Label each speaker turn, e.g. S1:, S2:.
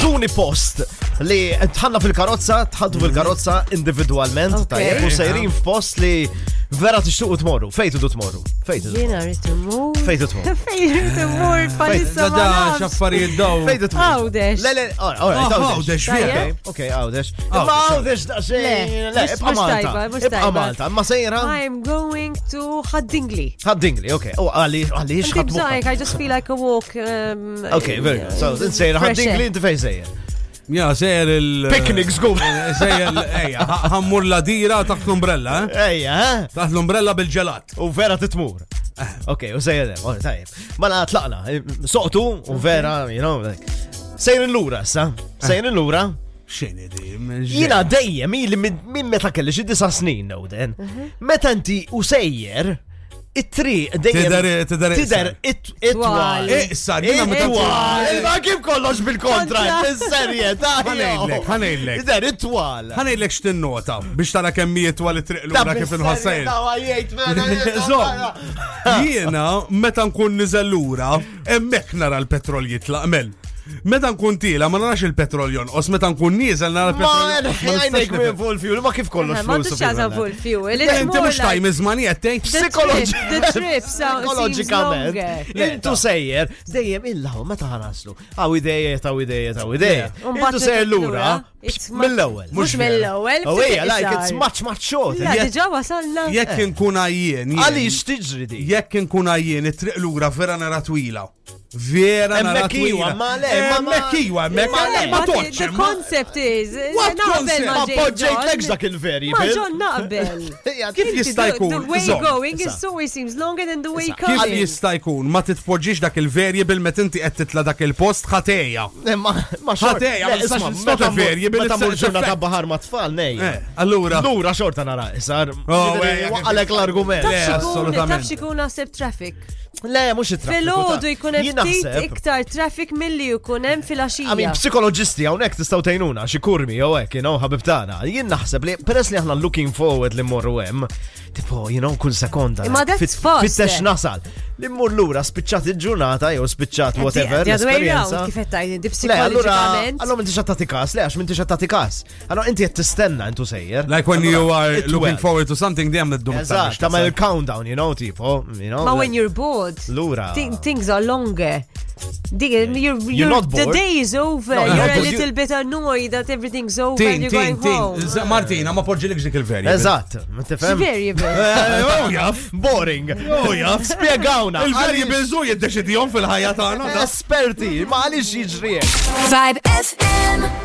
S1: tuni post li tħanna fil-karozza, tħaddu fil-karozza individualment,
S2: Ok.
S1: tajjeb u sejrin f'post li vera tixtuqu tmorru, fejtu du tmorru, fejtu du.
S2: Jena rrit immur.
S1: Fejtu tmur.
S2: Fejn rrit immur palissa
S3: Da da
S2: ma nafx.
S3: xaffarijiet daw.
S1: Fejtu tmur.
S2: Għawdex.
S1: Le, le, all right,
S3: Ah,
S1: għawdex.
S3: għawdex,
S1: Ok,
S2: Tajjeb.
S1: ok, għawdex. Ma
S3: Għawdex,
S1: għawdex da xejn,
S2: Le,
S1: le,
S2: mux-
S1: ibqa
S2: mux tajba,
S1: Malta.
S2: mux
S1: Ibqa
S2: tajba.
S1: Malta, ma sejra.
S2: I'm going to Haddingli.
S1: Ħaddingli, ok. U għalli, għalli,
S2: Inti
S1: xħadbu.
S2: bżajk, I just feel like a walk. um,
S1: Ok, very good. So, insejra,
S2: fresh
S1: ħaddingli,
S2: air.
S1: inti fej sejra.
S3: Ja, sejjer il-
S1: Picnic, zgur.
S3: Eh, Sejjer, il- ejja, ħa- ħammur la dira taħt l-umbrella, eh?
S1: Ejja, eh?
S3: Taħt l-umbrella bil-ġelat.
S1: U vera titmur. Ok, u sejja dem, ora, tajjeb. Mela tlaqna, soqtu, u vera, you know, like. Sejn l-lura, sa?
S3: Ah.
S1: Sejn l-lura?
S3: Xini di?
S1: Jina dejjem, ili minn meta kelli xi disa snin, Nowden.
S3: Mhm.
S1: Meta inti u sejjer, it-tri dejjem.
S3: Tidher- tidher
S1: Tidher it- itwal.
S2: Twal.
S3: Iqsar, jina meta-
S1: Itwal. Ma kif kollox bil-kontra,
S2: Kontra.
S1: is-serjetà.
S3: Ħanejdlek, ħanejdlek.
S1: Tidher itwal.
S3: Ħanejdlek x'tinnota biex tara kemmijiet wara triq l-umra kif inħossajn. Zom,
S1: Zom,
S3: jiena meta nkun niżellura, hemmhekk nara l-petrol jitlaq mel. Meta nkun tila ma narax il-petrol jonqos, meta nkun nieżel nara
S1: Ma
S3: l-petrol. jonqos, ma
S1: għajnek
S3: nistax
S1: minn
S3: nifhem.
S1: full fuel, ma kif kollox
S2: Ma
S1: flus.
S2: ndu
S1: u
S2: xaza
S1: fil-għallar.
S2: full fuel. It's
S3: Inti
S2: more
S3: mhux
S2: like-
S3: tajm iż-żmani qed tgħid.
S2: The
S1: Psikoloġi-
S2: trip- The trip sounds
S1: psikologikament. Intu
S2: Intu
S1: sejjer, dejjem illaw, meta ħanaslu. Għaw ideje, taw ideje, taw ideje.
S2: Un bat
S1: Intu sejjer lura,
S2: lura, it's much-
S1: mill-ewel.
S2: Mux mill-ewel.
S1: Oh, yeah, like
S2: fil-qisar.
S1: it's much, much short.
S2: La,
S3: Jek-
S2: diġa wasalna.
S3: Jekk inkun għajjien. jien-
S1: Għalix tiġri di?
S3: Jekk inkun għajjien it-triq lura vera nara twila. Vera nara
S1: Hemmhekk iwa,
S3: twila.
S1: ma le, ma- ma-
S3: Hemmhekk iwa, hemmhekk
S1: Ma le,
S3: għalhekk ma
S2: But the-
S3: toċ.
S2: The concept is.
S3: What
S2: naqbel
S3: concept?
S2: ma'
S1: Ma
S2: Jay
S1: poġġejt
S2: John.
S1: lekx dak il-veri.
S2: Ma John naqbel.
S3: Kif
S2: Inti,
S3: jista'
S2: the-
S3: jkun?
S2: The way
S3: Zom,
S2: going
S1: issa.
S2: is always seems longer than the way
S1: Issa.
S2: coming.
S3: Kif jista' jkun ma titpoġġix dak il-variable meta inti qed titla dak il-post ħatejja.
S1: Ma
S3: Ħatejja, ma nistax nistax
S1: meta
S3: verji, bil-
S1: meta mur
S3: it's-
S1: ġurnata
S3: it's-
S1: baħar ma tfal, nej.
S3: Eh, Allura.
S1: Lura xorta nara, sar.
S3: Oh, eh,
S1: Għalek l-argument.
S3: Le,
S2: Taf xikun,
S3: assolutament.
S2: taf xikun naħseb traffic.
S1: Le, mux it-traffiku.
S2: Fil-ħodu jkun hemm ftit
S1: Jinaħseb.
S2: iktar traffic milli jkun hemm fil-għaxija.
S1: Għamin psikoloġisti għawnek tistaw tajnuna, xi kurmi jew hekk, you know, ħabib tagħna. Jien naħseb li peress li aħna looking forward li mmorru hemm, tipo, you know, kull sekonda.
S2: Imma that's
S1: fit-
S2: fast,
S1: Fittex
S2: eh.
S1: nasal. Li mmur lura spiċċat il-ġurnata jew spiċċat whatever.
S2: The other way round,
S1: l-esperjenza.
S2: kif qed tgħid inti
S1: Le, allura,
S2: psikoloġikament.
S1: allora minti xattati kas, le, għax minti xattati kas. Allora, inti qed tistenna, intu sejjer.
S3: Like when you are
S1: it
S3: looking
S1: well.
S3: forward to something, dejjem niddum
S1: Eżatt, ta' ma' il-countdown, you know, tipo, you know.
S2: Ma
S1: le-
S2: when you're bored,
S1: Lura.
S2: thi- things are longer. Di- You're, you're-
S1: not
S2: The
S1: bored.
S2: day is over.
S1: No, you're
S2: you're
S1: not
S2: a
S1: bored.
S2: little bit annoyed that everything's over
S3: Tin,
S2: and you're
S3: tin,
S2: going home.
S3: tin. Z- Martina, ma poġġilekx dik il-variable.
S1: Eżatt, ma
S2: It's
S1: tifhem.
S2: variable.
S1: Oh, jaf. Boring. Oh, jaf. Spiegawna.
S3: Il-variable zu jiddeċidijom fil-ħajja tagħna.
S1: Esperti, ma għalix jiġri. hekk?
S4: Vibe FM.